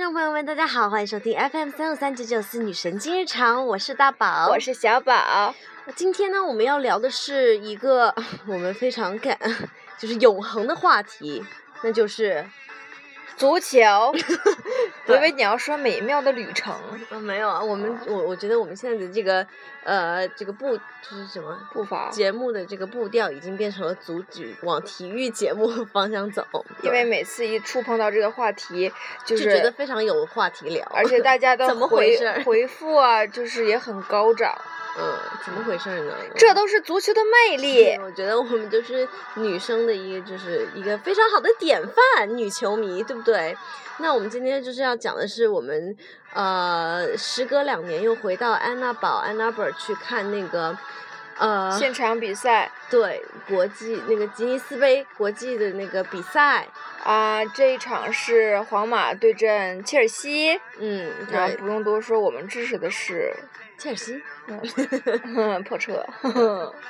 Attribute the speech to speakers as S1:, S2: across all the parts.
S1: 家好，欢迎收听 FM 三六三九九四女神今日常，我是大宝，
S2: 我是小宝。
S1: 今天呢，我们要聊的是一个 我们非常感， 就是永恒的话题，那就是
S2: 足 球，我
S1: 对
S2: 以为你要说美妙的旅程，
S1: 呃没有啊，我们我我觉得我们现在的这个呃这个步就是什么
S2: 不妨，
S1: 节目的这个步调已经变成了足举往体育节目方向走，
S2: 因为
S1: 对
S2: 每次一触碰到这个话题，就
S1: 就觉得
S2: 是，
S1: 非常有话题聊，
S2: 而且大家的
S1: 怎么回
S2: 回
S1: 事儿
S2: 回复啊，就是也很高涨，
S1: 嗯怎么回事呢？
S2: 这都是足球的魅力
S1: 对，。我觉得我们就是女生的一个，就是一个非常好的典范，女球迷，对不对？那我们今天就是要讲的是我们，呃，时隔两年又回到安娜堡安娜 n 去看那个，呃，
S2: 现场比赛
S1: 对国际那个吉尼斯杯国际的那个比赛，
S2: 啊、这一场是皇马对阵切尔西，
S1: 嗯，
S2: 那
S1: 对，
S2: 不用多说，我们支持的是
S1: 切尔西，
S2: 破车。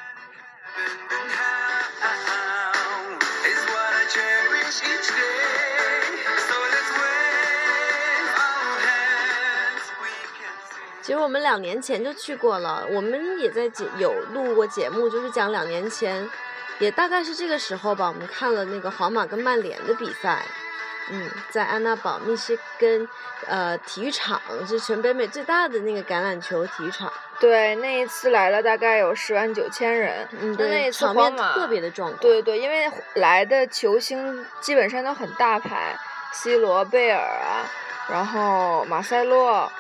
S3: And how is what I cherish each day. So let's wave our hands. We can sing.
S1: 其实我们两年前就去过了，我们也在节有录过节目，就是讲两年前，也大概是这个时候吧，我们看了那个皇马跟曼联的比赛，嗯，在安娜堡密歇根呃体育场，是全北美最大的那个橄榄球体育场，
S2: 对，那一次来了大概有十万九千人，
S1: 嗯，
S2: 那那
S1: 对，
S2: 一次
S1: 场
S2: 皇
S1: 面
S2: 马
S1: 特别的壮观，
S2: 对对对，因为来的球星基本上都很大牌，C 罗、贝尔啊，然后马塞洛，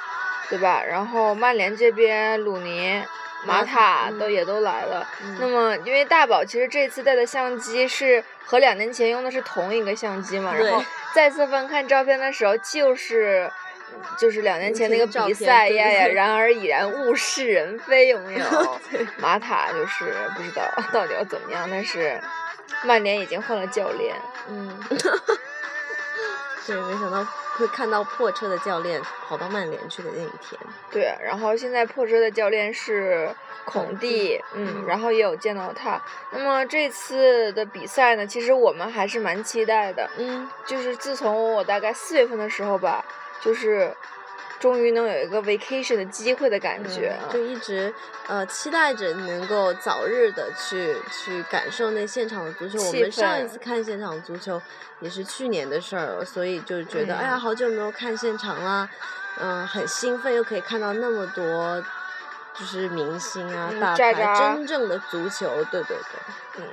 S2: 对吧？然后曼联这边鲁尼、
S1: 马
S2: 马
S1: 塔
S2: 塔
S1: 嗯
S2: 都也都来了。
S1: 嗯，
S2: 那么，因为大宝其实这次带的相机是和两年前用的是同一个相机嘛，然后
S1: 对
S2: 再次翻看照片的时候，就是就是两年前那个
S1: 照
S2: 比
S1: 片
S2: 赛
S1: 对
S2: 呀呀，
S1: 对？
S2: 然而已然物是人非，有没有
S1: 对
S2: 马塔就是不知道 到底要怎么样，但是曼联已经换了教练，
S1: 嗯， 对，没想到会看到破车的教练跑到曼联去的那一天，
S2: 对，然后现在破车的教练是
S1: 孔
S2: 孔
S1: 蒂
S2: 蒂，
S1: 嗯
S2: 嗯，然后也有见到他。那么这次的比赛呢，其实我们还是蛮期待的，
S1: 嗯，
S2: 就是自从我大概四月份的时候吧，就是终于能有一个 vacation 的机会的感觉啊。
S1: 嗯就一直呃期待着能够早日的去去感受那现场的足球。我
S2: 气
S1: 们上一
S2: 氛
S1: 次看现场足球也是去年的事儿了，所以就觉得、哎呀，
S2: 嗯
S1: 好久没有看现场啦，嗯、很兴奋，又可以看到那么多。就是明星啊，
S2: 嗯
S1: 大
S2: 渣
S1: 牌，
S2: 渣
S1: 真正的足球，对对对，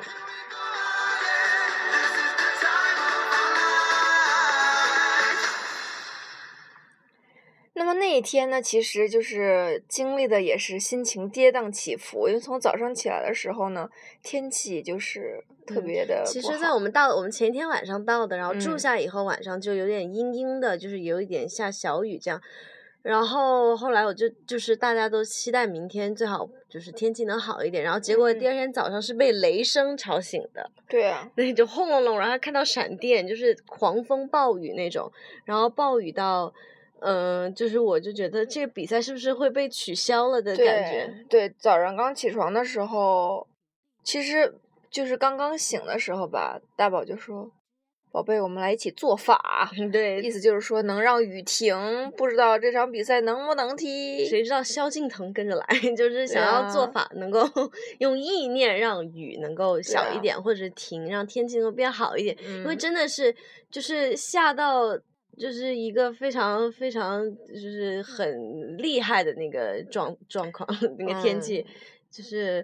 S2: 那么那一天呢，其实就是经历的也是心情跌宕起伏，因为从早上起来的时候呢，天气就是特
S1: 嗯
S2: 别的、
S1: 其实，在我们到我们前一天晚上到的，然后住
S2: 嗯
S1: 下以后，晚上就有点阴阴的，就是有一点下小雨这样。然后后来我就就是大家都期待明天最好就是天气能好一点，然后结果第
S2: 嗯
S1: 二天早上是被雷声吵醒的，
S2: 对啊，
S1: 那就轰隆隆，然后还看到闪电，就是狂风暴雨那种，然后暴雨到，嗯、就是我就觉得这个比赛是不是会被取消了的
S2: 对
S1: 感觉？
S2: 对，早上刚起床的时候，其实就是刚刚醒的时候吧，大宝就说：“宝贝，我们来一起做法。”啊意
S1: 对，
S2: 思就是说能让雨停，不知道这场比赛能不能踢。
S1: 谁知道萧敬腾跟着来， 就是想要做
S2: 啊
S1: 法能够 用意念让雨能够小一
S2: 啊
S1: 点，或者停，让天气能够变好一点。因为
S2: 嗯
S1: 真的是就是下到就是一个非常非常就是很厉害的那个状状况，那个天
S2: 嗯
S1: 气、就是。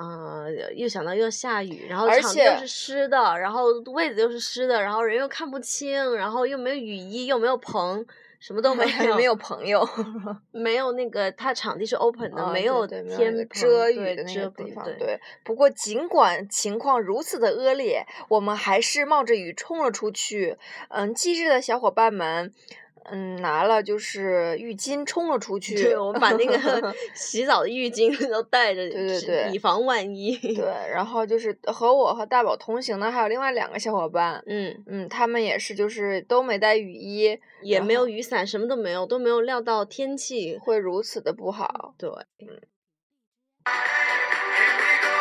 S1: 呃，又想到又下雨，然后
S2: 而
S1: 场地又
S2: 且
S1: 是湿的，然后位子又是湿的，然后人又看不清，然后又没有雨衣，又没有棚，什么都没有，
S2: 没有朋友，
S1: 没有那个，它场地是 open 的，
S2: 啊
S1: 没
S2: 对
S1: 有
S2: 对没
S1: 天
S2: 那个
S1: 棚
S2: 遮
S1: 对
S2: 雨的那
S1: 遮
S2: 个
S1: 棚
S2: 地方。
S1: 对，
S2: 对，不过尽管情况如此的恶劣，我们还是冒着雨冲了出去。嗯，机智的小伙伴们，嗯，拿了就是浴巾冲了 出去。
S1: 对我们把那个洗澡的浴巾 都带着，
S2: 对对
S1: 是
S2: 对
S1: 以防万 一。
S2: 对，然后就是和我和大宝同行的还有另外两个小伙伴，
S1: 嗯，
S2: 嗯，他们也是就是都没带雨衣，
S1: 也
S2: 然
S1: 没有
S2: 后
S1: 雨伞，什么都没有，都没有料到天气会
S2: 会如此的不好。
S1: 对。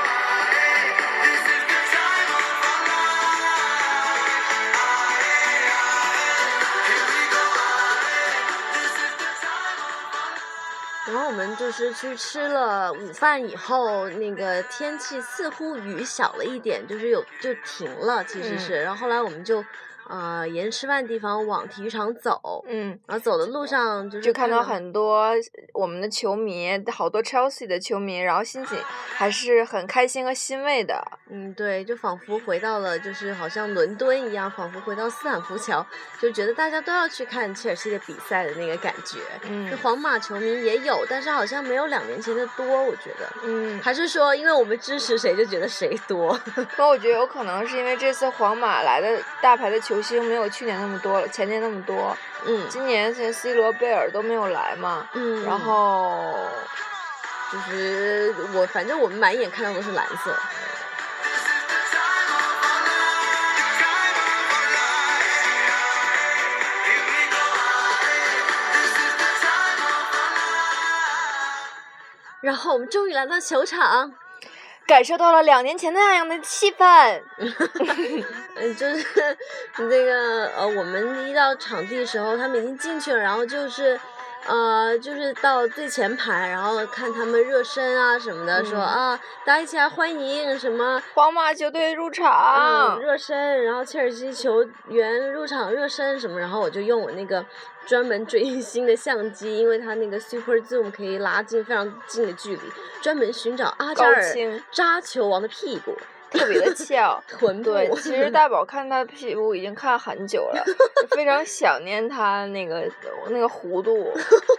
S3: This is the time of our life. Here we go. This
S1: 就是去吃了午饭以后，那个天气似乎雨小了一点，就是有就停了，其实
S2: 嗯
S1: 是。然后后来我们就呃沿吃饭地方往体育场走，
S2: 嗯，
S1: 然后走的路上就是
S2: 就看到很多我们的球迷，好多 Chelsea 的球迷，然后心情还是很开心和欣慰的。
S1: 嗯，对，就仿佛回到了，就是好像伦敦一样，仿佛回到斯坦福桥，就觉得大家都要去看切尔西的比赛的那个感觉。就
S2: 嗯
S1: 皇马球迷也有，但是好像没有两年前的多，我觉得。
S2: 嗯，
S1: 还是说，因为我们支持谁就觉得谁多？
S2: 那我觉得有可能是因为这次皇马来的大牌的球星没有去年那么多了，前年那么多，
S1: 嗯
S2: 今年像 C 罗、贝尔都没有来嘛，
S1: 嗯，
S2: 然后
S1: 就是我，反正我们满眼看到都是蓝色。然后我们终于来到球场，
S2: 感受到了两年前那样的气氛。
S1: 嗯，就是 那个呃，我们一到场地的时候，他们已经进去了，然后就是，呃，就是到最前排，然后看他们热身啊什么的，说
S2: 嗯
S1: 啊，大家一起来欢迎什么。
S2: 皇马球队入
S1: 嗯，
S2: 场，
S1: 热身，然后切尔西球员入场热身什么，然后我就用我那个专门追星星的相机，因为它那个 Super Zoom 可以拉近非常近的距离，专门寻找阿扎
S2: 高
S1: 尔
S2: 清
S1: 扎球王的屁股、。
S2: 特别的翘
S1: 臀部。
S2: 对，其 实大宝看他屁股已经看很久了，非常想念他那个那个弧度。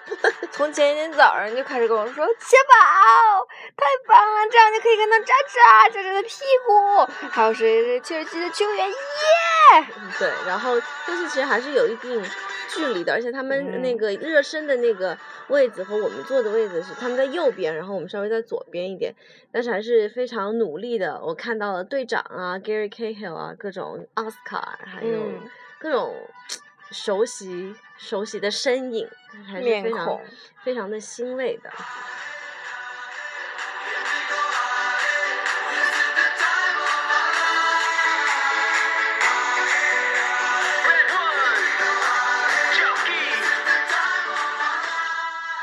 S2: 从前一天早上就开始跟我说：“小宝，太棒了，这样就可以看到渣渣渣渣的屁股，还有谁谁切尔西的球员耶！”
S1: 对，然后但是其实还是有一定距离的，而且他们
S2: 嗯
S1: 那个热身的那个位置和我们坐的位置是他们在右边，然后我们稍微在左边一点，但是还是非常努力的。我看到了队长啊，Gary Cahill 啊，各种奥斯卡，还有
S2: 嗯，
S1: 各种熟悉熟悉的身影，还是非
S2: 面
S1: 常
S2: 孔。
S1: 非常的欣慰的。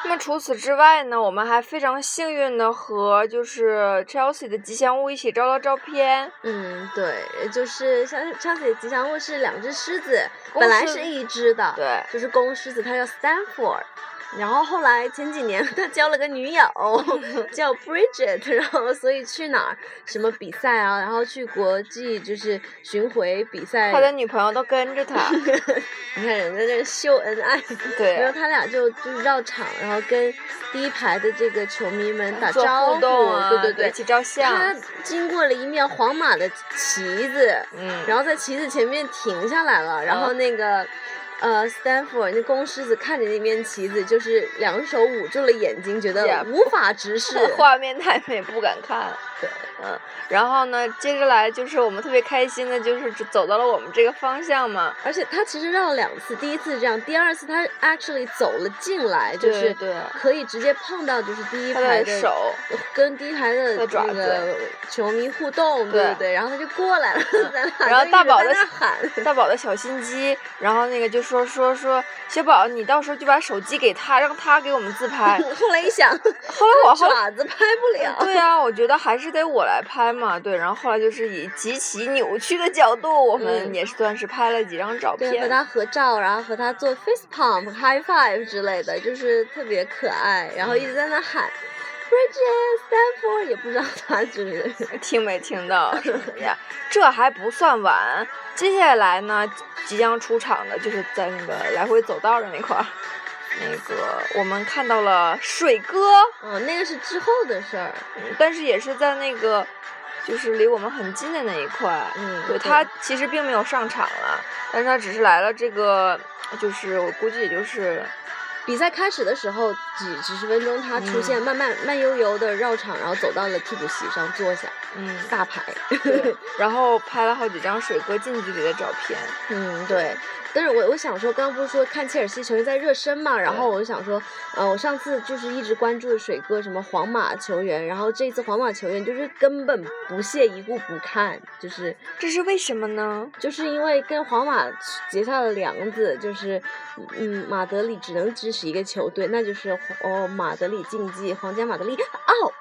S2: 那么除此之外呢，我们还非常幸运的和就是 Chelsea 的吉祥物一起照了照片。
S1: 嗯，对，就是像上次吉祥物是两只狮子，
S2: 公
S1: 本来
S2: 狮
S1: 是一只的，
S2: 对，
S1: 就是公狮子，它叫 Stanford。然后后来前几年 他交了个女友，叫 Bridget，然 后所以去哪儿什么比赛啊，然后去国际就是巡回比赛，
S2: 他的女朋友都跟着 他。
S1: 你看人家这秀恩爱，
S2: 对
S1: 然后他俩就就是绕场，然后跟第一排的这个球迷们打
S2: 做
S1: 招
S2: 互
S1: 呼，
S2: 动啊，
S1: 对对
S2: 一
S1: 对，
S2: 起照
S1: 他
S2: 相，
S1: 经过了一面皇马的旗子，
S2: 嗯，
S1: 然后在旗子前面停下来了，然后
S2: 嗯
S1: 那个。呃，Stanford 那公狮子看着那面旗子，就是两手捂住了眼睛，觉得
S2: Yeah
S1: 无法 直视。
S2: 画面太美不敢看，
S1: 对，
S2: 嗯，然后呢，接着来就是我们特别开心的，就是只走到了我们这个方向嘛，
S1: 而且他其实绕了两次，第一次这样，第二次他 actually 走了进来，就
S2: 对
S1: 是
S2: 对
S1: 可以直接碰到就是啊第一
S2: 他
S1: 排
S2: 的
S1: 的
S2: 手，
S1: 跟第一排的
S2: 的爪
S1: 那
S2: 子
S1: 个球迷互动，
S2: 对
S1: 对
S2: 嗯
S1: 不对？然后他就过来了，咱俩
S2: 然后
S1: 就
S2: 大
S1: 一直
S2: 宝
S1: 在
S2: 的
S1: 那喊，
S2: 大宝的小心机，然后那个就说说说，小宝你到时候就把手机给他，让他给我们自 拍。
S1: 后来一想，
S2: 后来我后来。
S1: 爪子拍不了，
S2: 对啊，我觉得还是得我来拍嘛，对。然后后来就是以极其扭曲的角度，我
S1: 嗯
S2: 们也算是拍了几张照
S1: 对，和
S2: 片。
S1: 他合照，然后和他做 face pump、high five 之类的，就是特别可爱，然后一直在那喊。Bridget Stanford 也不知道他就是
S2: 听没听到什么呀？这还不算完，接下来呢，即将出场的就是在那个来回走道的那块儿，那个我们看到了水哥，
S1: 哦，那个是之后的事儿，
S2: 嗯但是也是在那个就是离我们很近的那一块，
S1: 嗯，
S2: 对他其实并没有上场了，但是他只是来了这个，就是我估计也就是
S1: 比赛开始的时候几几十分钟，他出现
S2: 嗯
S1: 慢慢慢悠悠的绕场，然后走到了替补席上坐下，
S2: 嗯，
S1: 大牌。
S2: 对然后拍了好几张水哥近距离的照片，
S1: 嗯，对，但是我我想说，刚刚不是说看切尔西球员在热身嘛，然后我就想说，呃，我上次就是一直关注水哥什么皇马球员，然后这次皇马球员就是根本不屑一顾不看，就是
S2: 这是为什么呢？
S1: 就是因为跟皇马结下了梁子，就是嗯，马德里只能支持一个球队，那就是哦马德里竞技，皇家马德里啊 out。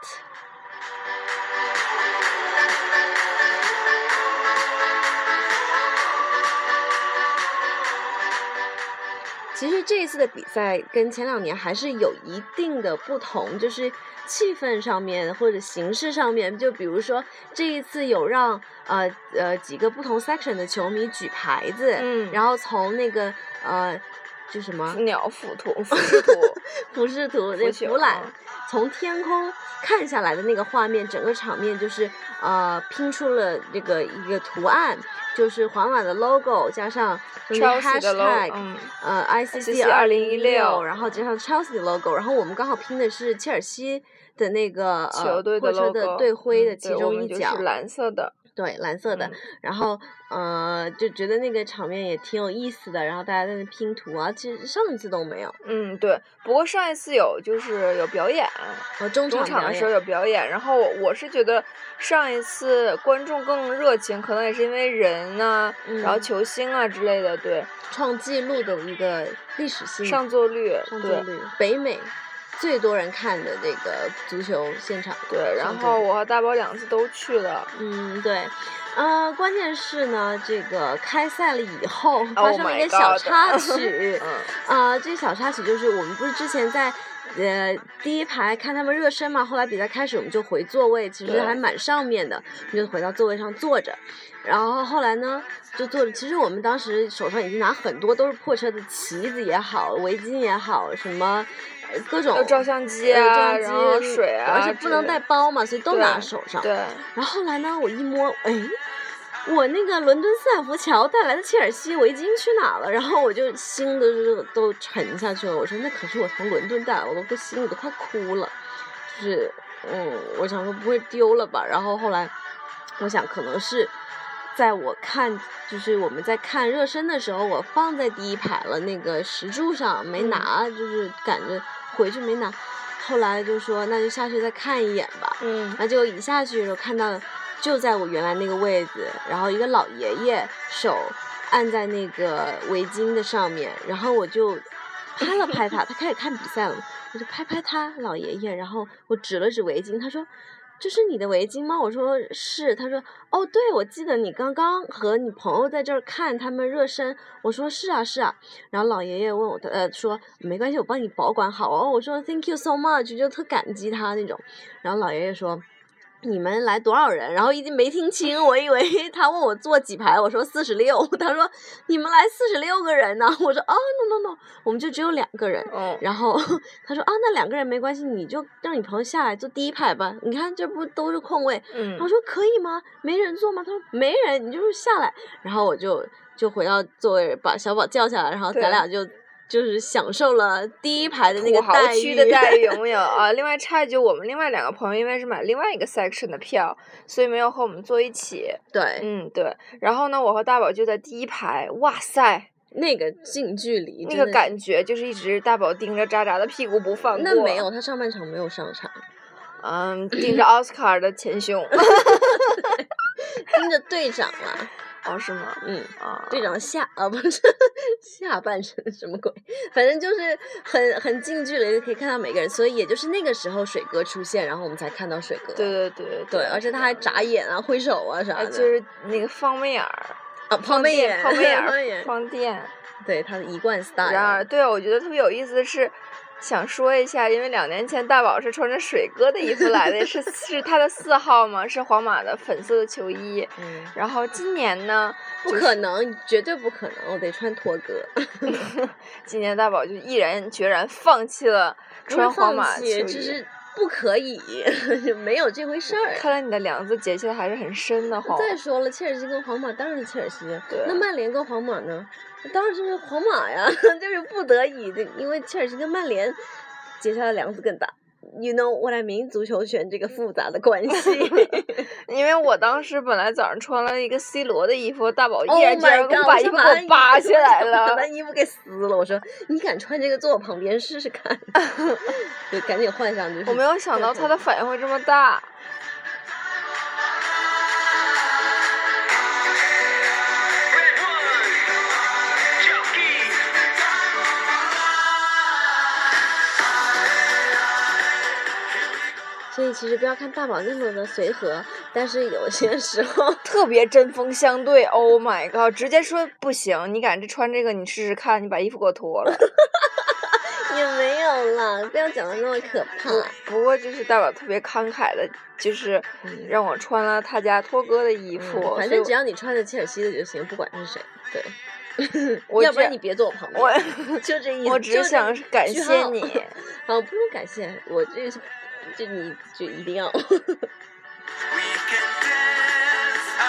S1: 其实这一次的比赛跟前两年还是有一定的不同，就是气氛上面或者形式上面，就比如说这一次有让呃呃几个不同 section 的球迷举牌子，
S2: 嗯
S1: 然后从那个呃就什么
S2: 鸟俯图，俯视图，
S1: 俯视图那
S2: 浮
S1: 个
S2: 球
S1: 俯览
S2: 啊
S1: 从天空看下来的那个画面，整个场面就是呃拼出了这个一个图案，就是皇马的 logo 加上那个
S2: 抄袭的
S1: hashtag，
S2: logo，嗯，
S1: 呃
S2: ICC
S1: ICC
S2: 2016
S1: 然后加上 Chelsea 的 logo，然后我们刚好拼的是切尔西的那个呃
S2: 球队
S1: 货
S2: 的
S1: 车
S2: logo，
S1: 的队徽
S2: 嗯
S1: 的其
S2: 对我
S1: 中
S2: 们
S1: 一
S2: 就
S1: 角
S2: 是，蓝色的，
S1: 对蓝色的，
S2: 嗯
S1: 然后呃就觉得那个场面也挺有意思的，然后大家在那拼图啊，其实上一次都没有，
S2: 嗯，对。不过上一次有就是有表演，
S1: 呃中
S2: 中
S1: 场
S2: 场
S1: 表
S2: 的时候
S1: 演
S2: 有表演，然后我我是觉得上一次观众更热情，可能也是因为人呐、
S1: 嗯
S2: 然后球星啊之类的，对，
S1: 创纪录的一个历史性
S2: 上座率，
S1: 嗯上座
S2: 对
S1: 率，北美最多人看的这个足球现场上座率，
S2: 对。然后我和大宝两次都去了，
S1: 嗯，对，呃，关键是呢，这个开赛了以后发
S2: Oh
S1: 生了
S2: my
S1: 一个小
S2: God
S1: 插曲，
S2: 嗯，
S1: 啊，这个小插曲就是我们不是之前在。呃，第一排看他们热身嘛，后来比赛开始我们就回座位，其实
S2: 对
S1: 还蛮上面的，我们就回到座位上坐着。然后后来呢，就坐着。其实我们当时手上已经拿很多都是破车的旗子也好，围巾也好，什么呃各种
S2: 有照相机
S1: 呃照
S2: 啊，
S1: 相
S2: 然
S1: 机
S2: 后水啊
S1: 而
S2: 之类的，
S1: 且不能带包嘛，所以都
S2: 对
S1: 拿手上。
S2: 对，
S1: 然后后来呢，我一摸，哎，我那个伦敦斯坦福桥带来的切尔西围巾去哪了？然后我就心都是都沉下去了。我说那可是我从伦敦带来，我都不心里都快哭了。就是，嗯，我想说不会丢了吧？然后后来，我想可能是。在我看，就是我们在看热身的时候，我放在第一排了，那个石柱上没
S2: 嗯
S1: 拿，就是赶着回去没拿。后来就说那就下去再看一眼吧。
S2: 嗯，
S1: 那就一下去的时候看到，就在我原来那个位置，然后一个老爷爷手按在那个围巾的上面，然后我就拍了拍他，他开始看比赛了，我就拍拍他老爷爷，然后我指了指围巾，他说。这是你的围巾吗？我说是，他说哦，对，我记得你刚刚和你朋友在这儿看他们热身，我说是啊是啊，然后老爷爷问我的呃说没关系，我帮你保管好哦，我说 Thank you so much，就特感激他那种，然后老爷爷说。你们来多少人？然后一没听清，我以为 他问我坐几排，我说四十六。 他说你们来四十六个人呢、 我说哦，no no no，我们就只有两个人。
S2: 嗯，
S1: 然后 他说啊，那两个人没关系，你就让你朋友下来坐第一排吧。你看这不都是空位？
S2: 嗯
S1: 我，说可以吗？没人坐吗？他说没人，你就是下来。然后我就就回到座位，把小宝叫下来，然后
S2: 对
S1: 咱俩就就是享受了第一排的那
S2: 土
S1: 个
S2: 豪
S1: 待
S2: 区
S1: 遇。
S2: 的待遇有 没有啊？另外插一句，我们另外两个朋友因为是买另外一个 section 的票，所以没有和我们坐一起。
S1: 对，
S2: 嗯，对。然后呢，我和大宝就在第一排，哇塞，
S1: 那个近距离，
S2: 那个感觉就是一直大宝盯着渣渣的屁股不放过。
S1: 那没有，他上半场没有上场，
S2: 嗯，盯着奥斯卡的前 胸。
S1: 盯着队长了。
S2: 哦，是吗？
S1: 嗯，
S2: 啊，
S1: 队长下啊不是下半身什么鬼，反正就是很很近距离的可以看到每个人，所以也就是那个时候水哥出现，然后我们才看到水哥。
S2: 对对对
S1: 对，而且他还眨眼啊、挥手啊啥
S2: 哎
S1: 的，
S2: 就是那个方妹眼儿，
S1: 啊抛媚眼、
S2: 抛媚眼
S1: 抛媚
S2: 儿，
S1: 眼，
S2: 放电。
S1: 对他的一贯 style。
S2: 然而，对我觉得特别有意思的是，想说一下，因为两年前大宝是穿着水哥的衣服来的，是是他的四号嘛，是皇马的粉色的球衣。
S1: 嗯，
S2: 然后今年呢，
S1: 不可能，绝对不可能，我得穿拖哥。
S2: 今年大宝就毅然决然放弃了
S1: 不是
S2: 穿皇
S1: 放
S2: 马球
S1: 弃，
S2: 衣。
S1: 就是不可以， 没有这回事儿。
S2: 看来你的梁子结下的还是很深的哈。
S1: 再说了，切尔西跟皇马当然是切尔西，
S2: 对
S1: 那曼联跟皇马呢？当然是 皇马呀，就是不得已的，因为切尔西跟曼联结下的梁子更大。 you know what I mean，足球圈这个复杂的关 系。
S2: 因为我当时本来早上穿了一个 C 罗的衣服，大宝
S1: Oh
S2: 一人竟
S1: my
S2: 然
S1: god！
S2: 给我把衣
S1: 想
S2: 服
S1: 把
S2: 给
S1: 他
S2: 我
S1: 衣服
S2: 扒下来
S1: 我想把
S2: 了
S1: 他。衣服给撕了。我说你敢穿这个坐我旁边试 试看？ 就赶紧换上，就是
S2: 我没有想到他的反应会这么大。
S3: Red one, Chucky.
S1: 所以其实不要看大宝那么的随和，但是有些时候
S2: 特别针锋相对，Oh my god！直接说不行，你敢这穿这个，你试试看，你把衣服给我脱了。
S1: 也没有啦，不要讲的那么可怕。
S2: 不过就是大宝特别慷慨的，就是
S1: 嗯
S2: 让我穿了他家托哥的衣服，哦
S1: 嗯反
S2: 所以
S1: 正只要你穿着切尔西的就行，不管是谁。对，
S2: 我
S1: 要不
S2: 只
S1: 然你别坐我旁边。
S2: 我
S1: 就 这意思。
S2: 我
S1: 就
S2: 只
S1: 这
S2: 想感
S1: 句
S2: 谢
S1: 号
S2: 你。
S1: 啊，不用感谢，我这是就你就一定要。
S3: We can dance. I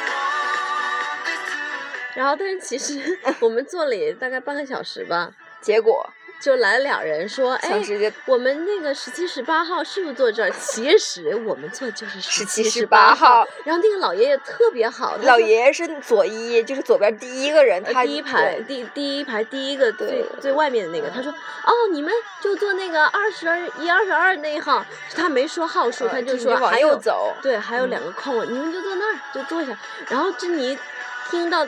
S3: don't want this to
S1: 然后，但是其 实我们坐了也大概半个小时吧，
S2: 结果
S1: 就来了俩人说，哎
S2: 想。直接
S1: 我们那个十七、十八号是不是坐这儿？其实我们坐就是十
S2: 17
S1: 十
S2: 18
S1: 号
S2: 号。
S1: 然后那个老爷爷特别好，他
S2: 老
S1: 就
S2: 爷爷是左一，就是左边第一个人，
S1: 呃
S2: 他
S1: 第一排
S2: 对
S1: 第第一排第一个最
S2: 对嗯
S1: 最外面的那个，他说哦，你们就坐那个二十一、二十二那一号，他没说号数，
S2: 呃
S1: 他
S2: 就
S1: 就是说
S2: 往
S1: 还
S2: 右
S1: 有
S2: 走，
S1: 对，还有
S2: 嗯
S1: 两个空位，你们就坐那儿，就坐下。然后珍妮 听到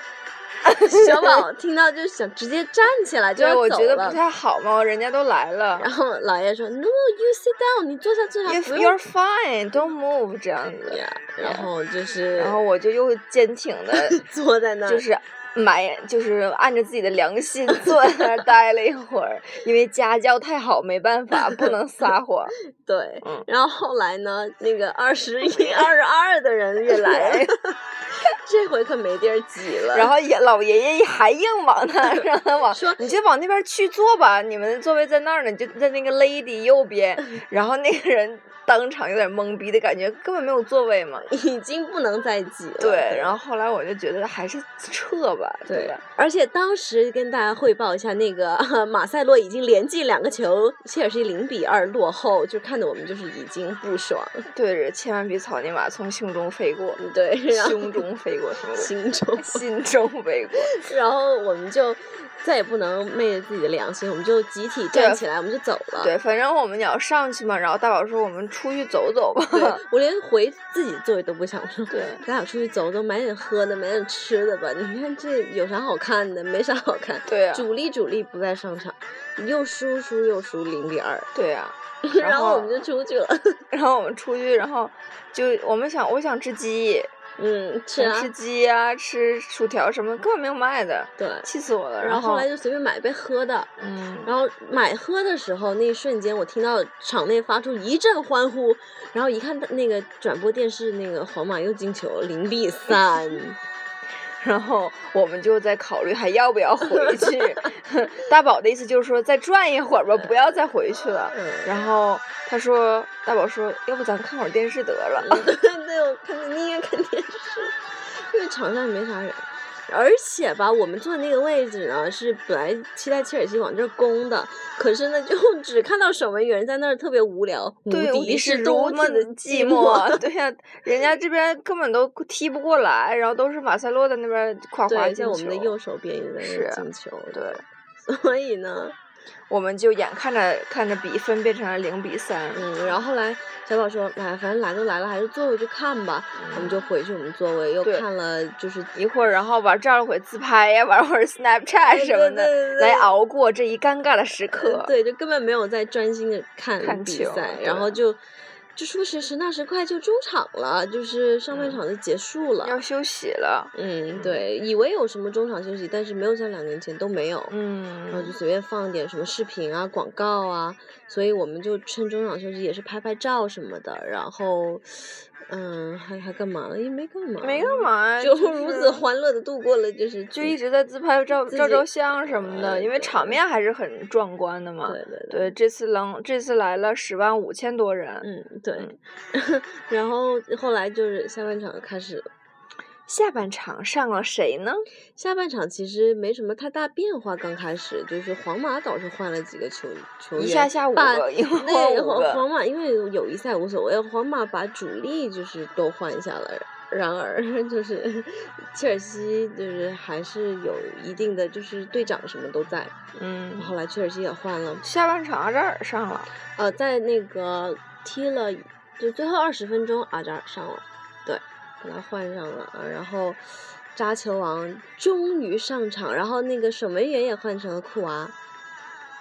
S1: 小宝听到就想直接站起来，就
S2: 对，
S1: 要
S2: 我
S1: 走
S2: 觉得
S1: 了
S2: 不太好嘛，人家都来了
S1: 然后老爷说：“No, you sit down，你坐下坐下，
S2: ，If
S1: 不用
S2: you're。fine, don't move 这样子。
S1: 呀”然后就是，
S2: 然后我就又坚挺的，
S1: 坐在那儿，
S2: 就是埋，就是按着自己的良心坐在那儿待了一会儿，因为家教太好，没办法，不能撒谎。
S1: 对。
S2: 嗯
S1: 然后后来呢，那个二十一、二十二的人也 来了，这回可没地儿挤了。
S2: 然后也老爷爷还硬往那儿让他往，
S1: 说
S2: 你就往那边去坐吧，你们的座位在那儿呢，你就在那个 lady 右边。然后那个人当场有点懵逼的感觉，根本没有座位嘛。
S1: 已经不能再挤了。
S2: 对，
S1: 后。
S2: 然后后来我就觉得还是撤吧，对吧？
S1: 而且当时跟大家汇报一下，那个 马塞洛已经连进两个球，切尔西零比二落后，就看得我们就是已经不爽，
S2: 对着，千万别草泥马从胸中飞过，
S1: 对，然后
S2: 胸中飞过什么鬼？
S1: 啊心 中，
S2: 心中飞过。
S1: 然后我们就再也不能昧着自己的良心，我们就集体
S2: 对
S1: 站起来，我们就 走了。
S2: 对，反正我们也要上去嘛，然后大宝说我们出去走走 吧。
S1: 对，我连回自己座位都不想说，
S2: 对
S1: 咱俩出去走走，买点喝的，买点吃的吧。你看这有啥好看的？没啥好看。
S2: 对啊，
S1: 主力主力不在上场，又输输又输零比 二，
S2: 对啊。
S1: 然后我们就出去了。
S2: 然后我们出去，然后就我们想，我想吃鸡，
S1: 嗯，吃
S2: 想
S1: 啊，
S2: 吃鸡呀、吃薯条什么，根本没有卖的，
S1: 对。
S2: 气死我了。
S1: 然
S2: 然
S1: 后后来就随便买杯喝的，
S2: 嗯，
S1: 然后买喝的时候，那一瞬间我听到场内发出一阵欢呼，然后一看他那个转播电视，那个皇马又进球，零比 三。
S2: 然后我们就在考虑还要不要回去。 大宝的意思就是说再转一会儿吧，不要再回去了。
S1: 嗯，
S2: 然后他说，大宝说，要不咱看会儿电视得了。
S1: 对，我看见宁愿看电视，因为场上也没啥人。而且吧，我们坐的那个位置呢，是本来期待切尔西往这儿攻的，可是呢，就 只看到守门员在那儿特别无聊，
S2: 对，无敌
S1: 敌
S2: 是
S1: 是
S2: 多
S1: 多
S2: 么的寂 寞。对呀、人家这边根本都踢不过来，然后都是马塞洛在那边夸夸
S1: 对，
S2: 进球。
S1: 在我们的右手边也在那
S2: 是
S1: 儿进球，
S2: 对，
S1: 所以呢，
S2: 我们就眼看着看着比分变成了零比三，
S1: 嗯，然后后来小宝说，哎，反正来都来了，还是坐回去看吧。我们就回去我们座位，又
S2: 对
S1: 看了就是
S2: 一会儿，然后玩照了会儿自拍呀，玩会儿 Snapchat 什么的，
S1: 的
S2: 来熬过这一尴尬的时刻。
S1: 对，就根本没有在专心的看
S2: 看
S1: 比
S2: 球
S1: 赛，
S2: 对
S1: 然后就就说时迟那时快就中场了，就是上半
S2: 嗯
S1: 场就结束了。
S2: 要休息了。
S1: 嗯，对，以为有什么中场休息，但是没有像两年前都没有。然后就
S2: 嗯，
S1: 随便放一点什么视频啊、广告啊，所以我们就趁中场休息也是拍拍照什么的，然后，嗯，还还干嘛了？也没干嘛，
S2: 没干，嘛，
S1: 就是如此欢乐的度过了，就是
S2: 就一直在自拍照
S1: 自
S2: 照
S1: 己
S2: 照相什么的，
S1: 嗯
S2: 因为
S1: 对
S2: 场面还是很壮观的嘛。
S1: 对对对，
S2: 对，这次能这次来了十万五千多人，嗯
S1: 嗯对，然后后来就是下半场开始
S2: 下半场上了谁呢？
S1: 下半场其实没什么太大变化，刚开始就是皇马倒是换了几个球球员，
S2: 一下下五
S1: 把
S2: 个，一会
S1: 对，
S2: 儿五
S1: 皇
S2: 个，
S1: 皇马因为友谊赛无所谓，皇马把主力就是都换下了，然而 就是切尔西就是还是有一定的就是队长什么都在，
S2: 嗯，
S1: 后来切尔西也换了，
S2: 下半场阿扎尔上了，
S1: 呃，在那个踢了就最后二十分钟阿扎尔上了，对，把他换上了，啊然后扎球王终于上场，然后那个守门员也换成了库娃。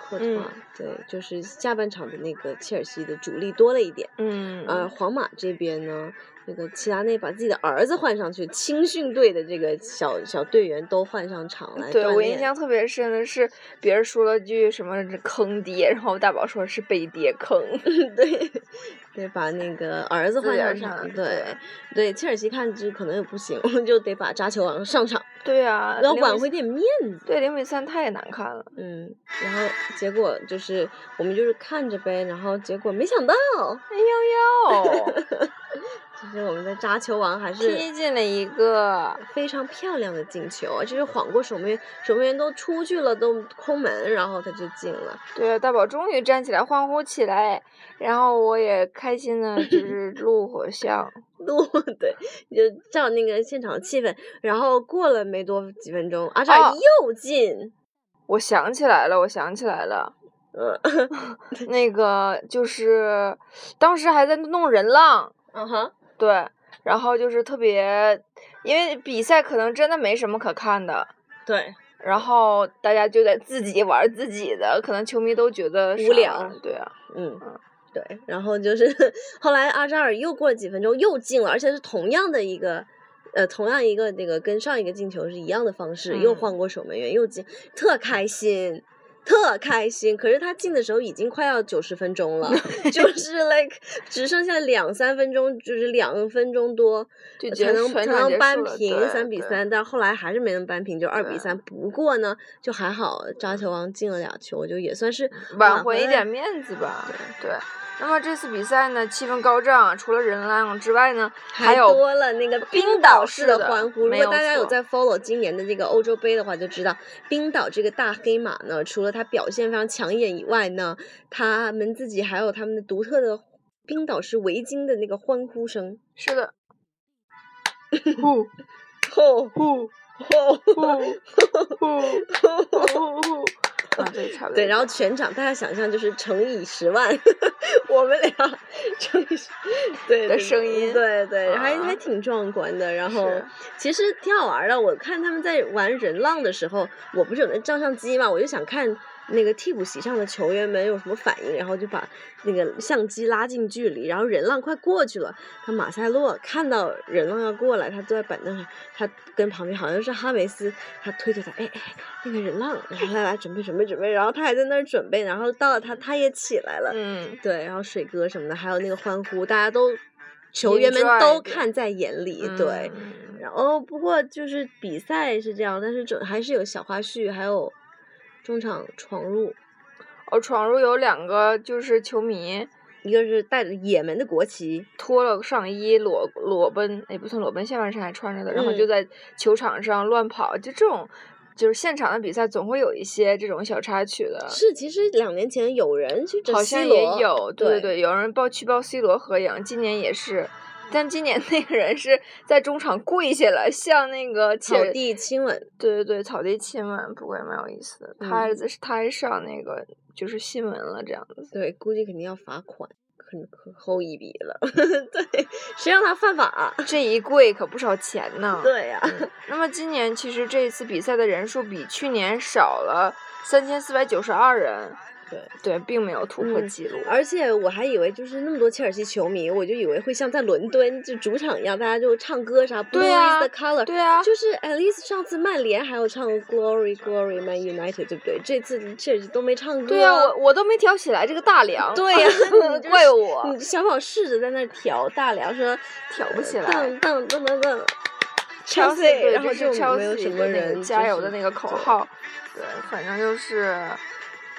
S1: 库图
S2: 嗯
S1: 瓦，对，就是下半场的那个切尔西的主力多了一点。
S2: 嗯，
S1: 呃，皇马这边呢，那个齐达内把自己的儿子换上去，青训队的这个小小队员都换上场来
S2: 对
S1: 锻
S2: 我
S1: 炼
S2: 印象特别深的是，别人说了句什么“坑爹”，然后大宝说是被爹坑。
S1: 对，对，把那个儿子
S2: 自
S1: 换
S2: 己
S1: 上
S2: 儿
S1: 场，
S2: 上
S1: 对
S2: 对，
S1: 对，切尔西看就可能也不行，我们就得把扎球王上场，
S2: 对啊，
S1: 然后
S2: 零
S1: 挽
S2: 比
S1: 回
S2: 三
S1: 点面子，
S2: 对零比三太难看了。
S1: 嗯，然后结果就是我们就是看着呗，然后结果没想到，
S2: 哎呦 呦，
S1: 其实我们的扎球王还哦是
S2: 踢进了一个，
S1: 非常漂亮的进球，而且是晃过守门员，守门员都出去了，都空门，然后他就进了。
S2: 对啊，大宝终于站起来欢呼起来，然后我也开心的就是录火像，
S1: 路对，就照那个现场气氛，然后过了没多几分钟，阿扎尔
S2: 哦
S1: 又进，
S2: 我想起来了，我想起来了，
S1: 嗯，
S2: 那个就是当时还在弄人浪，
S1: 嗯哼，
S2: 对，然后就是特别，因为比赛可能真的没什么可看的，
S1: 对，
S2: 然后大家就得自己玩儿自己的，可能球迷都觉得
S1: 无
S2: 啥
S1: 聊
S2: 玩意儿对啊，
S1: 嗯。对，然后就是后来阿扎尔又过了几分钟又进了，而且是同样的一个，呃，同样一个那个跟上一个进球是一样的方式，又
S2: 嗯
S1: 换过守门员又进，特开心，特开心。可是他进的时候已经快要九十分钟 了，就是 like 只剩下两三分钟，就是两分钟多，
S2: 就
S1: 才
S2: 结
S1: 能
S2: 全
S1: 才
S2: 场结
S1: 能扳
S2: 束了
S1: 平
S2: 对
S1: 三比
S2: 对
S1: 三，但后来还是没能扳平，就二比
S2: 对
S1: 三。不过呢，就还好扎球王进了俩球，就也算是
S2: 挽回一
S1: 了
S2: 点面子吧，对。那么这次比赛呢，气氛高涨，除了人浪之外呢，
S1: 还
S2: 有
S1: 多了那个冰
S2: 冰
S1: 岛
S2: 岛
S1: 式
S2: 式
S1: 的
S2: 的
S1: 欢呼。如
S2: 没
S1: 果
S2: 有
S1: 大家有
S2: 错
S1: 在 follow 今年的这个欧洲杯的话，就知道冰岛这个大黑马呢，除了它表现非常抢眼以外呢，他们自己还有他们的独特的冰岛式围巾的那个欢呼声。
S2: 是的，呼
S1: 吼
S2: 呼
S1: 吼！
S2: 呼呼呼呼呼， 啊，对，差不多就这样。
S1: 对，然后全场大家想象就是乘以十万， 我们俩乘以十对
S2: 的
S1: 对
S2: 声
S1: 对
S2: 音
S1: 对对，还还
S2: 啊
S1: 挺壮观的。然后
S2: 是
S1: 其实挺好玩的，我看他们在玩人浪的时候，我不是有那照相机嘛，我就想看。那个替补席上的球员们有什么反应，然后就把那个相机拉近距离，然后人浪快过去了，他马塞洛看到人浪要过来，他坐在板凳上，他跟旁边好像是哈维斯，他推着他，哎哎，那个人浪，来来来，准备准备准备，然后他还在那儿准备，然后到了他他也起来了，
S2: 嗯，
S1: 对，然后水哥什么的，还有那个欢呼，大家都球员们
S2: Enjoy
S1: 都
S2: 对
S1: 看在眼里，对。
S2: 嗯
S1: 然后哦不过就是比赛是这样，但是整还是有小花絮，还有中场闯入，
S2: 哦，闯入有两个就是球迷
S1: 一个是带着也门的国旗，
S2: 脱了上衣裸裸奔，哎也不算裸奔，下半身还穿着的，然后就
S1: 嗯
S2: 在球场上乱跑，就这种。就是现场的比赛总会有一些这种小插曲的，
S1: 是其实两年前有人去整
S2: 好
S1: C
S2: 像
S1: 罗，
S2: 也有，对
S1: 对
S2: 对对，有人抱去抱 C 罗合影，今年也是，但今年那个人是在中场跪下了，向那个切
S1: 草
S2: 尔
S1: 地亲吻，
S2: 对对对，草地亲吻，不过也蛮有意思的。他
S1: 嗯
S2: 还是他还上那个就是新闻了，这样子。
S1: 对，估计肯定要罚款，很很厚一笔了， 对，谁让他犯法啊、
S2: 这一跪可不少钱呢。
S1: 对呀、
S2: 嗯那么今年其实这一次比赛的人数比去年少了三千四百九十二人，
S1: 对
S2: 对，并没有突破
S1: 嗯
S2: 记录。
S1: 而且我还以为就是那么多切尔西球迷，我就以为会像在伦敦就主场一样，大家就唱歌啥 Blue
S2: 对啊
S1: is the color，、
S2: 对啊，
S1: 就是 at least 上次曼联还有唱 Glory Glory Man United，对不对？这次切尔西都没唱歌。
S2: 对呀、我我都没挑起来这个大梁。
S1: 对呀你这
S2: 怪
S1: 是嗯
S2: 我
S1: 你小宝试着在那儿调大梁说
S2: 挑不起来。
S1: 噔
S2: 嗯
S1: 噔噔噔噔。
S2: 超市对，
S1: 然后
S2: 就是
S1: 就
S2: 超
S1: 没有
S2: 市
S1: 什么人
S2: 加油
S1: 就是
S2: 的那个口
S1: 对
S2: 号，对，反正就是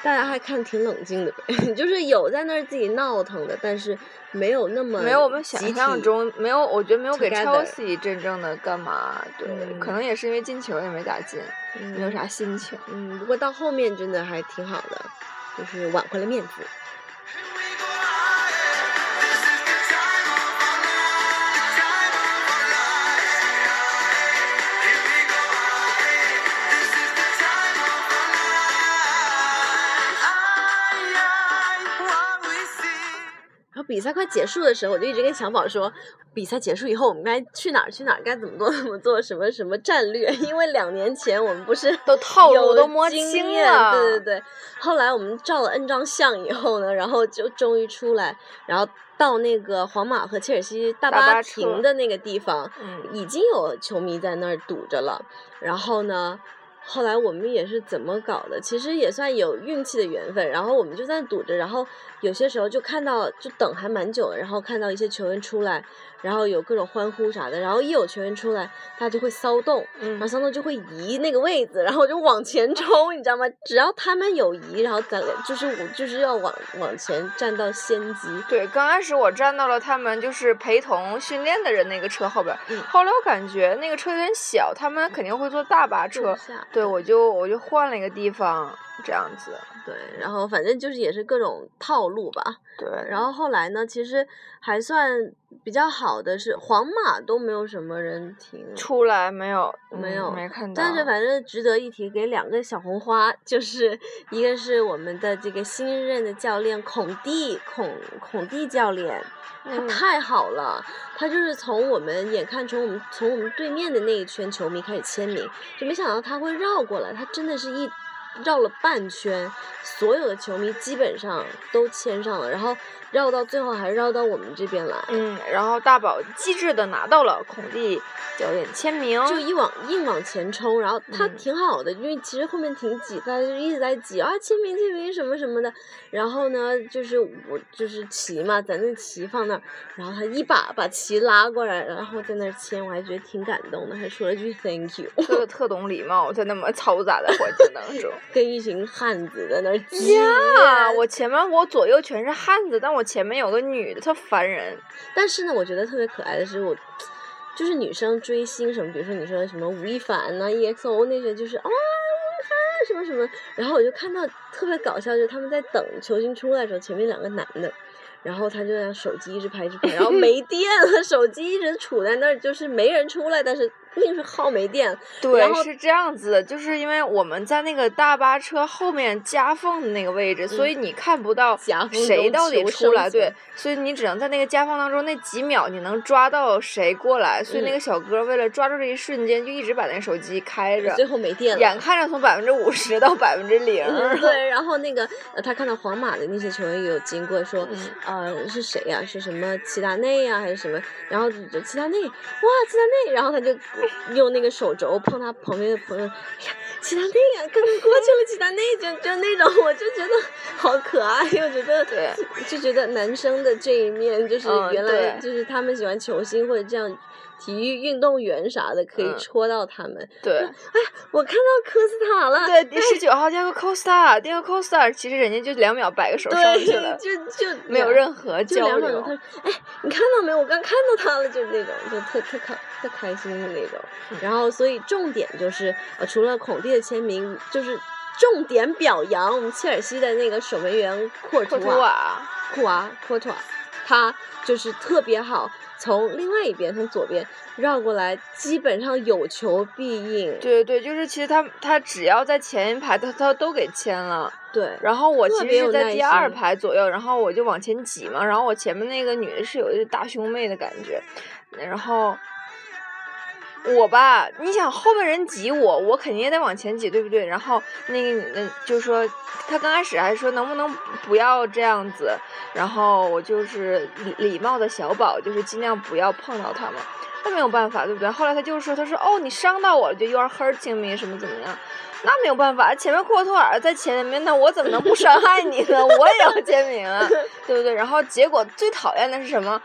S1: 大家还看挺冷静的呗， 就是有在那儿自己闹腾的，但是没有那么
S2: 没有我们想
S1: 集
S2: 象
S1: 体
S2: 中没有，我觉得没有给
S1: together
S2: Chelsea 真正的干嘛，对，可
S1: 嗯
S2: 能也是因为进球也没咋进，没有
S1: 嗯
S2: 啥心情。
S1: 嗯，不过到后面真的还挺好的，就是挽回了面子。然后比赛快结束的时候，我就一直跟小宝说，比赛结束以后我们该去哪儿去哪儿，该怎么做怎么做，什么什么战略。 因为两年前我们不是
S2: 都套路
S1: 有
S2: 都摸
S1: 经
S2: 清
S1: 验
S2: 了
S1: 对对对。后来我们照了 N 张相以后呢，然后就终于出来，然后到那个皇马和切尔西大
S2: 大巴
S1: 巴
S2: 车
S1: 停的那个地方，
S2: 嗯，
S1: 已经有球迷在那儿堵着了。然后呢，后来我们也是怎么搞的？其实也算有运气的缘分。然后我们就在那堵着，然后有些时候就看到，就等还蛮久的，然后看到一些球员出来，然后有各种欢呼啥的。然后一有球员出来，他就会骚动，然后
S2: 嗯，
S1: 骚动就会移那个位子，然后我就往前冲，你知道吗？只要他们有移，然后咱俩就是我就是要往往前占到先机。
S2: 对，刚开始我站到了他们就是陪同训练的人那个车后边儿，
S1: 嗯
S2: 后来我感觉那个车有点小，他们肯定会坐大巴
S1: 坐不
S2: 车，
S1: 下
S2: 对我就我就换了一个地方这样子，
S1: 对，然后反正就是也是各种套路吧。
S2: 对，
S1: 然后后来呢，其实还算比较好的是皇马都没有什么人停，
S2: 出来没有嗯
S1: 没有
S2: 没看到，
S1: 但是反正值得一提，给两个小红花，就是一个是我们的这个新任的教练孔蒂，孔孔蒂教练，他
S2: 嗯
S1: 太好了，他就是从我们眼看从我们从我们对面的那一圈球迷开始签名，就没想到他会绕过来，他真的是一绕了半圈，所有的球迷基本上都签上了，然后绕到最后还绕到我们这边来，
S2: 嗯，然后大宝机智的拿到了孔蒂教练签名，
S1: 就一往硬往前冲，然后他
S2: 啊嗯
S1: 挺好的，因为其实后面挺挤，他就一直在挤啊签名签名什么什么的。然后呢，就是我就是旗嘛，咱那旗放那儿，然后他一把把旗拉过来，然后在那儿签，我还觉得挺感动的，还说了句 thank you，
S2: 特特懂礼貌，在那么嘈杂的环境 当中。
S1: 跟一群汉子在那儿挤。
S2: 呀，啊我前面我左右全是汉子，但我前面有个女的，特烦人。
S1: 但是呢，我觉得特别可爱的是我。就是女生追星什么，比如说你说什么吴亦凡呐、EXO 那些，就是啊吴亦凡啊什么什么，然后我就看到特别搞笑，就是他们在等球星出来的时候，前面两个男的，然后他就让手机一直拍一直拍，然后没电了，手机一直杵在那儿，就是没人出来，但是硬是耗没电了，
S2: 对
S1: 然，后
S2: 是这样子的，就是因为我们在那个大巴车后面夹缝的那个位置，所以你看不到
S1: 夹缝
S2: 谁
S1: 中
S2: 到底
S1: 求
S2: 出来。
S1: 生
S2: 对
S1: 存，
S2: 所以你只能在那个夹缝当中那几秒，你能抓到谁过来。所以那
S1: 嗯
S2: 个小哥为了抓住这一瞬间，就一直把那手机开着，
S1: 最后没电了，
S2: 眼 看着从百分之五十到百分之零。
S1: 嗯，对，然后那个呃，他看到皇马的那些球员也有经过说，
S2: 嗯
S1: 呃，是谁呀、是什么齐达内呀、还是什么？然后就齐达内，哇，齐达内！然后他就用那个手肘碰他旁边的朋友，哎呀，齐达内呀、刚刚过去了，齐达内就就那种，我就觉得好可爱，我觉得
S2: 对，
S1: 就觉得男生的这一面就是
S2: 嗯
S1: 原来
S2: 对
S1: 就是他们喜欢球星或者这样体育运动员啥的，可以
S2: 嗯
S1: 戳到他们。
S2: 对。
S1: 我看到科斯塔了，
S2: 对，十九号 Diego Costa，Diego Costa，其实人家就两秒摆个手上
S1: 对，
S2: 去了，
S1: 就就
S2: 没有
S1: 两
S2: 任何
S1: 就
S2: 交
S1: 两秒
S2: 流
S1: 钟，他。说：“哎，你看到没有？我刚看到他了，就是那种，就特特开特开心的那种。
S2: 嗯
S1: 然后，所以重点就是，呃，除了孔蒂的签名，就是重点表扬我们切尔西的那个守门员库
S2: 霍
S1: 尔
S2: 图
S1: 图瓦、
S2: 瓦，
S1: 库瓦、库尔图瓦，他就是特别好，从另外一边，从左边绕过来，基本上有求必应。
S2: 对对，就是其实他他只要在前一排，他他都给签了。
S1: 对，
S2: 然后我
S1: 特
S2: 其
S1: 别
S2: 实
S1: 有
S2: 是在
S1: 耐
S2: 第二
S1: 心
S2: 排左右，然后我就往前挤嘛，然后我前面那个女的是有一个大胸妹的感觉，然后。我吧，你想后面人挤我，我肯定也得往前挤，对不对？然后那个女的就说，她刚开始还说能不能不要这样子，然后我就是礼礼貌的小宝，就是尽量不要碰到他们。那没有办法，对不对？后来她就说，她说哦，你伤到我了，就 you are hurting me 什么怎么样。那没有办法，前面库克托尔在前面呢，我怎么能不伤害你呢？我也要签名啊，对不对？然后结果最讨厌的是什么？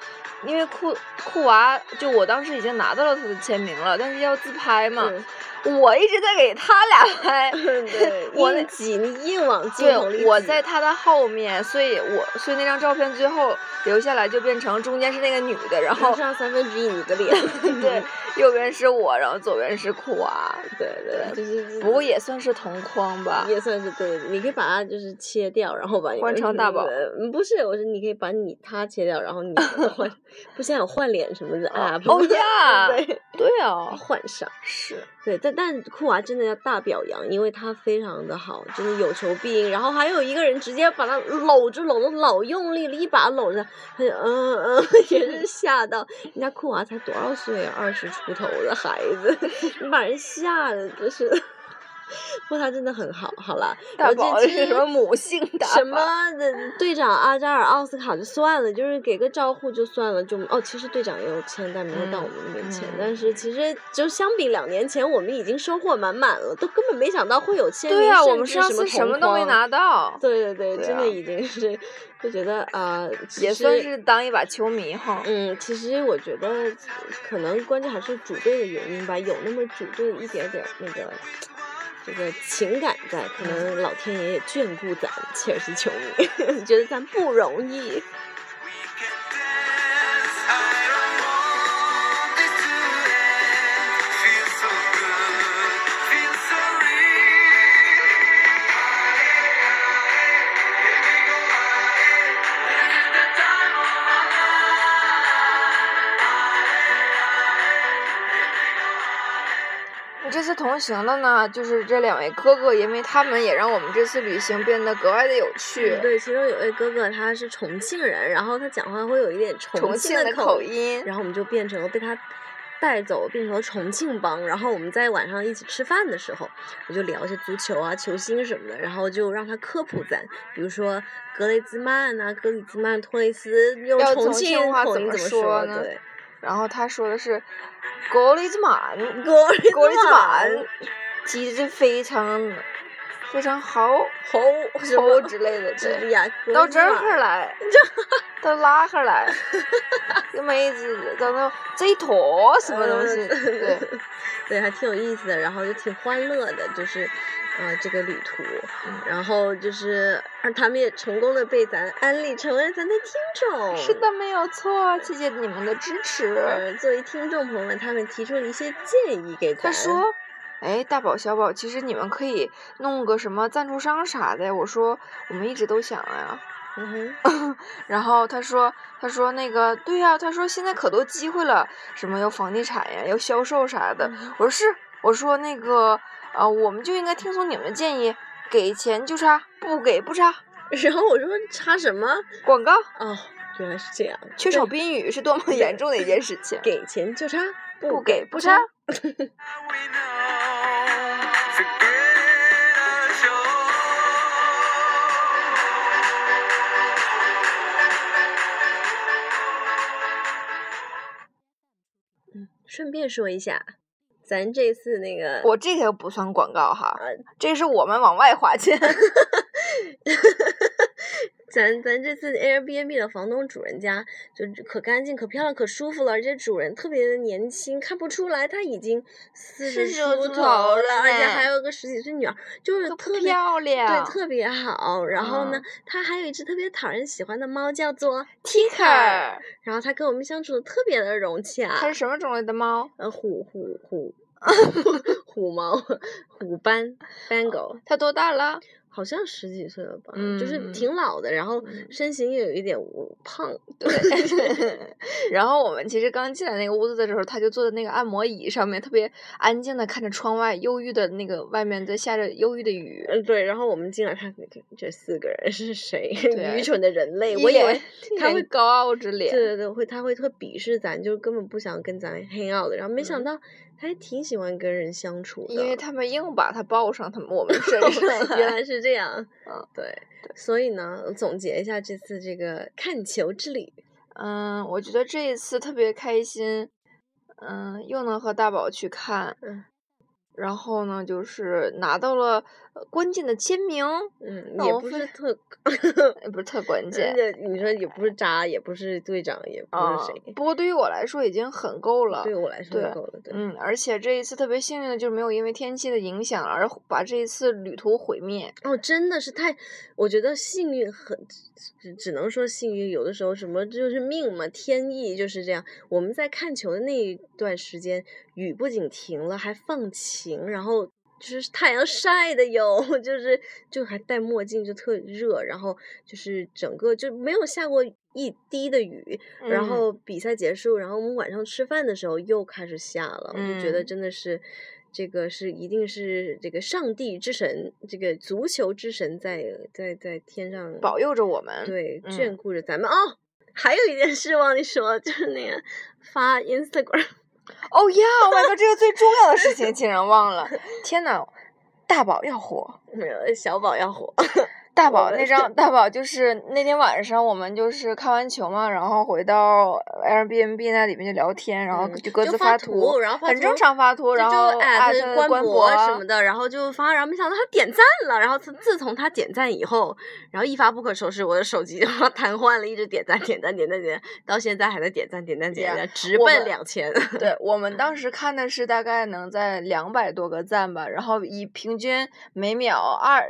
S2: 因为库库娃就我当时已经拿到了他的签名了，但是要自拍嘛，
S1: 嗯，
S2: 我一直在给他俩拍
S1: 对，
S2: 我那
S1: 硬挤，你硬往镜
S2: 对
S1: 头里，
S2: 我
S1: 挤
S2: 在他的后面，所以我所以那张照片最后留下来就变成中间是那个女的，然
S1: 头
S2: 后
S1: 上三分之一你的脸，
S2: 对右边是我，然后左边是库娃，
S1: 对对， 就是
S2: 不过也算是同框吧。
S1: 也算是对，你可以把它就是切掉，然后把
S2: 换成大宝
S1: 嗯，不是，我说你可以把你他切掉，然 后你换，不现在有换脸什么的
S2: 哦
S1: app，
S2: 哦呀
S1: 对，
S2: 对啊，
S1: 换上，
S2: 是
S1: 对，但但库娃真的要大表扬，因为他非常的好，真的有求必应。然后还有一个人直接把他搂住，搂的老用力了，一把搂着，他就嗯嗯， 也是吓到。人家库娃才多少岁啊，二十出头的孩子， 你把人吓的，真是。 不过他真的很好，好啦，
S2: 大
S1: 我这
S2: 宝
S1: 其
S2: 是
S1: 实
S2: 什么母性大宝？
S1: 什么的队长阿扎尔奥斯卡就算了，就是给个照护就算了，就哦，其实队长也有签，但没有到我们那边签。
S2: 嗯嗯
S1: 但是其实就相比两年前，我们已经收获满满了，都根本没想到会有签名。
S2: 对呀、我
S1: 甚
S2: 们
S1: 至
S2: 上次
S1: 什
S2: 什
S1: 么
S2: 么
S1: 同
S2: 都没
S1: 框。
S2: 拿到，
S1: 对对对，
S2: 对
S1: 真
S2: 啊
S1: 的已经是就觉得啊、呃其
S2: 也算
S1: 实
S2: 是当一把球迷哈。
S1: 嗯，其实我觉得可能关键还是组队的原因吧，有那么组队一点点儿那个这个情感在，可能老天爷也眷顾咱切尔西球迷， 觉得咱不容易。
S2: 这次同行的呢，就是这两位哥哥，因为他们也让我们这次旅行变得格外的有趣。
S1: 对，其中有位哥哥他是重庆人，然后他讲话会有一点
S2: 重庆
S1: 庆
S2: 的
S1: 口
S2: 口，音，
S1: 然后我们就变成了被他。带走变成了重庆帮，然后我们在晚上一起吃饭的时候，我就聊一些足球啊、球星什么的，然后就让他科普咱，比如说格雷兹曼呐、格里兹曼、托雷斯用
S2: 要
S1: 重
S2: 重
S1: 庆
S2: 庆话
S1: 口
S2: 怎
S1: 音
S2: 么
S1: 怎么
S2: 说
S1: 说？
S2: 呢
S1: 对，
S2: 然后他说的是“格里兹曼”，
S1: 格里
S2: 格里
S1: 兹
S2: 兹
S1: 曼
S2: 曼，提的非常非常好
S1: 猴 什
S2: 好
S1: 么
S2: 之类的，对。
S1: 呀，格
S2: 到
S1: 里
S2: 这
S1: 兹
S2: 儿
S1: 曼
S2: 来， 到那儿 来，这妹子到那这一坨什么东西？对，
S1: 嗯
S2: 嗯
S1: 对，还挺有意思的，然后就挺欢乐的，就是，呃，这个旅途，
S2: 嗯
S1: 然后就是啊他们也成功的被咱安利成为咱的听众，
S2: 是的，没有错，谢谢你们的支持。
S1: 呃，作为听众朋友们，他们提出了一些建议给咱。
S2: 他说：“哎，大宝、小宝，其实你们可以弄个什么赞助商啥的。”我说：“我们一直都想呀。
S1: 嗯哼，”
S2: 然后他说：“他说那个对呀、他说现在可多机会了，什么有房地产呀，有销售啥的。”我说：“是。”我说：“那个啊、呃我们就应该听从你们的建议，给钱就插，不给不插。”
S1: 然后我说插什么？
S2: 广告
S1: 哦，原来是这样，
S2: 缺少宾语是多么 严重的一件事情。
S1: 给钱就插，
S2: 不
S1: 给
S2: 给不插，
S3: Forget our show.
S1: 顺便说一下，咱这次那个
S2: 我这个不算广告哈，
S1: 呃
S2: 这是我们往外花钱。
S1: 咱咱这次 Airbnb 的房东主人家就是可干净、可漂亮、可舒服了，而且主人特别的年轻，看不出来他已经四十
S2: 40
S1: 出
S2: 出
S1: 头
S2: 头
S1: 了，
S2: 了
S1: 而且
S2: 呢
S1: 还有个十几岁女儿，就是
S2: 可不
S1: 特别
S2: 漂亮
S1: 对，特别好。然后呢
S2: 嗯，
S1: 他还有一只特别讨人喜欢的猫，叫做 Ticker，
S2: Ticker，
S1: 然后他跟我们相处的特别的融
S2: 它
S1: 洽
S2: 是。什么种类的猫？
S1: 呃，虎虎虎， 虎猫，虎斑斑狗，
S2: 它多大 了？
S1: 好像十几岁了吧，就是
S2: 嗯
S1: 挺老的，然后
S2: 嗯
S1: 身形也有一点胖，
S2: 对。然后我们其实刚进来那个屋子的时候，它就坐在那个按摩椅上面，特别安静的看着窗外忧郁的那个外面在下着忧郁的雨。
S1: 嗯，对，然后我们进来看，这这四个人是谁？
S2: 对啊
S1: 愚蠢的人类，
S2: 一
S1: 我以为
S2: 脸一
S1: 他
S2: 脸
S1: 会
S2: 高傲之
S1: 对
S2: 脸。
S1: 对对，会他会特鄙视咱，就根本不想跟咱 hang out 的。然后没想到他还挺喜欢跟人相处
S2: 嗯
S1: 的，
S2: 因为他们硬把它抱上他们我们身上
S1: 原
S2: 来，
S1: 来是这样。
S2: 嗯，
S1: 对。所以呢，总结一下这次这个看球之旅，
S2: 嗯，我觉得这一次特别开心，嗯，又能和大宝去看，
S1: 嗯
S2: 然后呢，就是拿到了呃关键的签名，
S1: 嗯，
S2: 那
S1: 也
S2: 我
S1: 不
S2: 非
S1: 是特，
S2: 也不是特关键
S1: 而。且你说也不是渣，也不是队长，也不
S2: 啊
S1: 是谁，
S2: 不过对于我来说已经很够了。
S1: 对我来说
S2: 对
S1: 就够了。对，
S2: 嗯，而且这一次特别幸运的就是没有因为天气的影响而把这一次旅途毁灭。
S1: 哦，真的是太，我觉得幸运很，只只能说幸运。有的时候什么就是命嘛，天意就是这样。我们在看球的那一段时间，雨不仅停了，还放晴，然后就是太阳晒的有，就是就还戴墨镜，就特热，然后就是整个就没有下过一滴的雨。然
S2: 嗯
S1: 后比赛结束，然后我们晚上吃饭的时候又开始下了，我就觉得
S2: 嗯
S1: 真的是，这个是一定是这个上帝之神，这个足球之神在在在天上
S2: 保佑着我们。
S1: 对
S2: 嗯
S1: 眷顾着咱们、哦。还有一件事忘记说，就是那个发 Instagram，
S2: 哦呀，Oh my god，这个最重要的事情竟然忘了！天呐，大宝要火！
S1: 没有小宝要火，
S2: 大
S1: 我
S2: 宝
S1: 们
S2: 那张，大宝就是那天晚上我们就是看完球嘛，然后回到 Airbnb 那里面就聊天，然后
S1: 嗯
S2: 就各
S1: 就
S2: 自
S1: 发
S2: 图，
S1: 然后发
S2: 很正
S1: 图
S2: 常发图，
S1: 就
S2: 然
S1: 就
S2: 后啊艾
S1: 艾
S2: 特
S1: 特官
S2: 博啊
S1: 博什么的，然后就发，然后没想到他点赞了，然后自自从他点赞以后，然后一发不可收拾，我的手机就 瘫痪了，一直点赞点赞点赞点赞，到现在还在点赞点赞点
S2: Yeah，
S1: 赞，直
S2: 啊我
S1: 奔
S2: 们
S1: 两千。
S2: 对我们当时看的是大概能在两百多个赞吧，然后以平均每秒 二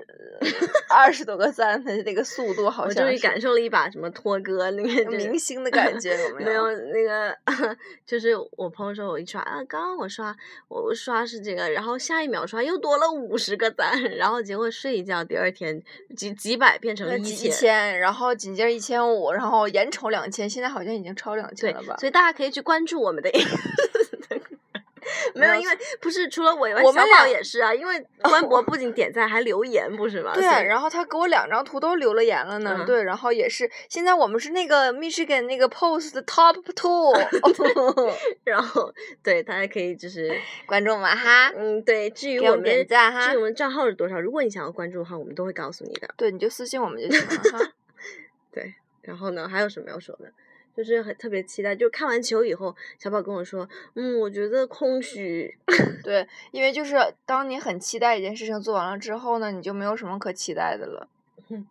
S2: 二十多个赞的那个速度，好
S1: 我
S2: 像
S1: 终于
S2: 是
S1: 感受了一把什么托哥那个
S2: 明
S1: 星。
S2: 星的感觉 有没
S1: 没
S2: 有？
S1: 有那个， 就是我朋友说我一刷啊，刚刚我刷我我刷是这个，然后下一秒刷又多了五十个赞，然后结果睡一觉，第二天几几百变成
S2: 那
S1: 了
S2: 几
S1: 千
S2: 一，千，然后紧接着一千五，然后眼瞅两千，现在好像已经超两千
S1: 对
S2: 了吧，？
S1: 所以大家可以去关注我们的。 没
S2: 没
S1: 有，
S2: 有
S1: 因为不是除了我以外，
S2: 我
S1: 小
S2: 们
S1: 宝
S2: 俩
S1: 也是啊。因为官博不仅点赞还留言，不是吗？
S2: 对
S1: 所
S2: 啊，
S1: 以
S2: 然后他给我两张图都留了言了呢。
S1: 嗯
S2: 对，然后也是，现在我们是那个 Michigan 那个 Post 的 Top 哦 Two，
S1: 然后对大家可以就是
S2: 观众们哈，
S1: 嗯，对。至于
S2: 哎给我
S1: 我
S2: 们
S1: 们
S2: 点赞哈
S1: 至于我们账号是多少，如果你想要关注的话，我们都会告诉你的。
S2: 对，你就私信我们就行了 哈。
S1: 然后呢，还有什么要说的？就是很特别期待，就看完球以后，小宝跟我说，嗯，我觉得空虚，
S2: 对，因为就是当你很期待一件事情做完了之后呢，你就没有什么可期待的了。
S1: 嗯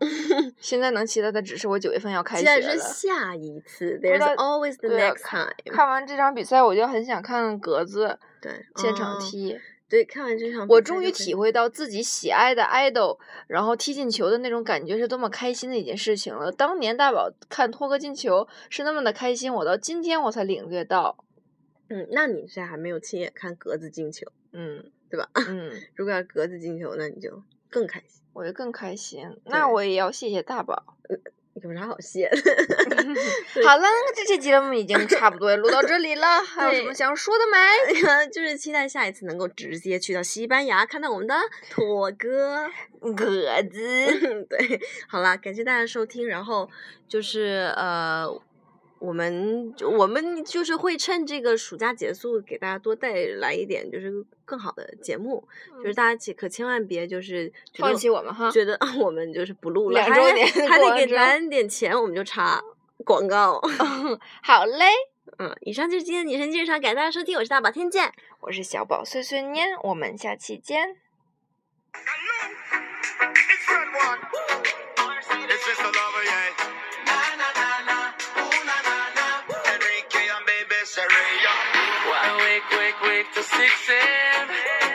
S2: 现在能期待的只是我九月份要开
S1: 期
S2: 学
S1: 待是
S2: 了。
S1: 下一次
S2: 知
S1: ，There's
S2: 道
S1: always the
S2: 对啊
S1: next time。
S2: 看完这场比赛，我就很想看格子
S1: 对，
S2: 现场
S1: 哦
S2: 踢。
S1: 对，看完这场，
S2: 我终于体。会到自己喜爱的 idol，然后踢进球的那种感觉是多么开心的一件事情了。当年大宝看托哥进球是那么的开心，我到今天我才领略到。
S1: 嗯，那你是还没有亲眼看格子进球，
S2: 嗯，
S1: 对吧？
S2: 嗯，
S1: 如果要格子进球，那你就更开心。
S2: 我就更开心。那
S1: 对
S2: 我也要谢谢大 宝。
S1: 有啥好谢的？
S2: 好了，那这这期节目已经差不多录到这里 了，还有什么
S1: 对
S2: 想说的没？
S1: 就是期待下一次能够直接去到西班牙看到我们的妥哥。
S2: 嗯格子，
S1: 对，好啦，感谢大家收听。然后就是呃，我们我们就是会趁这个暑假结束，给大家多带来一点就是更好的节目。就是大家千可千万别就是觉
S2: 嗯
S1: 得
S2: 放弃我们哈。
S1: 觉得啊我们就是不录了，
S2: 啊两
S1: 还
S2: 周年
S1: 还
S2: 过
S1: 得
S2: 完
S1: 给
S2: 之后
S1: 咱点钱，我们就插广告。
S2: 好嘞，
S1: 嗯，以上就是今天的女神剧场，感谢大家收听，我是大宝，天见。
S2: 我是小宝碎碎念，我们下期见。
S3: It's Red One. It's Mr. Lover, yeah. Na na na na, ooh na na na. Enrique and baby Saraya. Why wake, wake, wake till 6 a.m. Oh, oh. oh,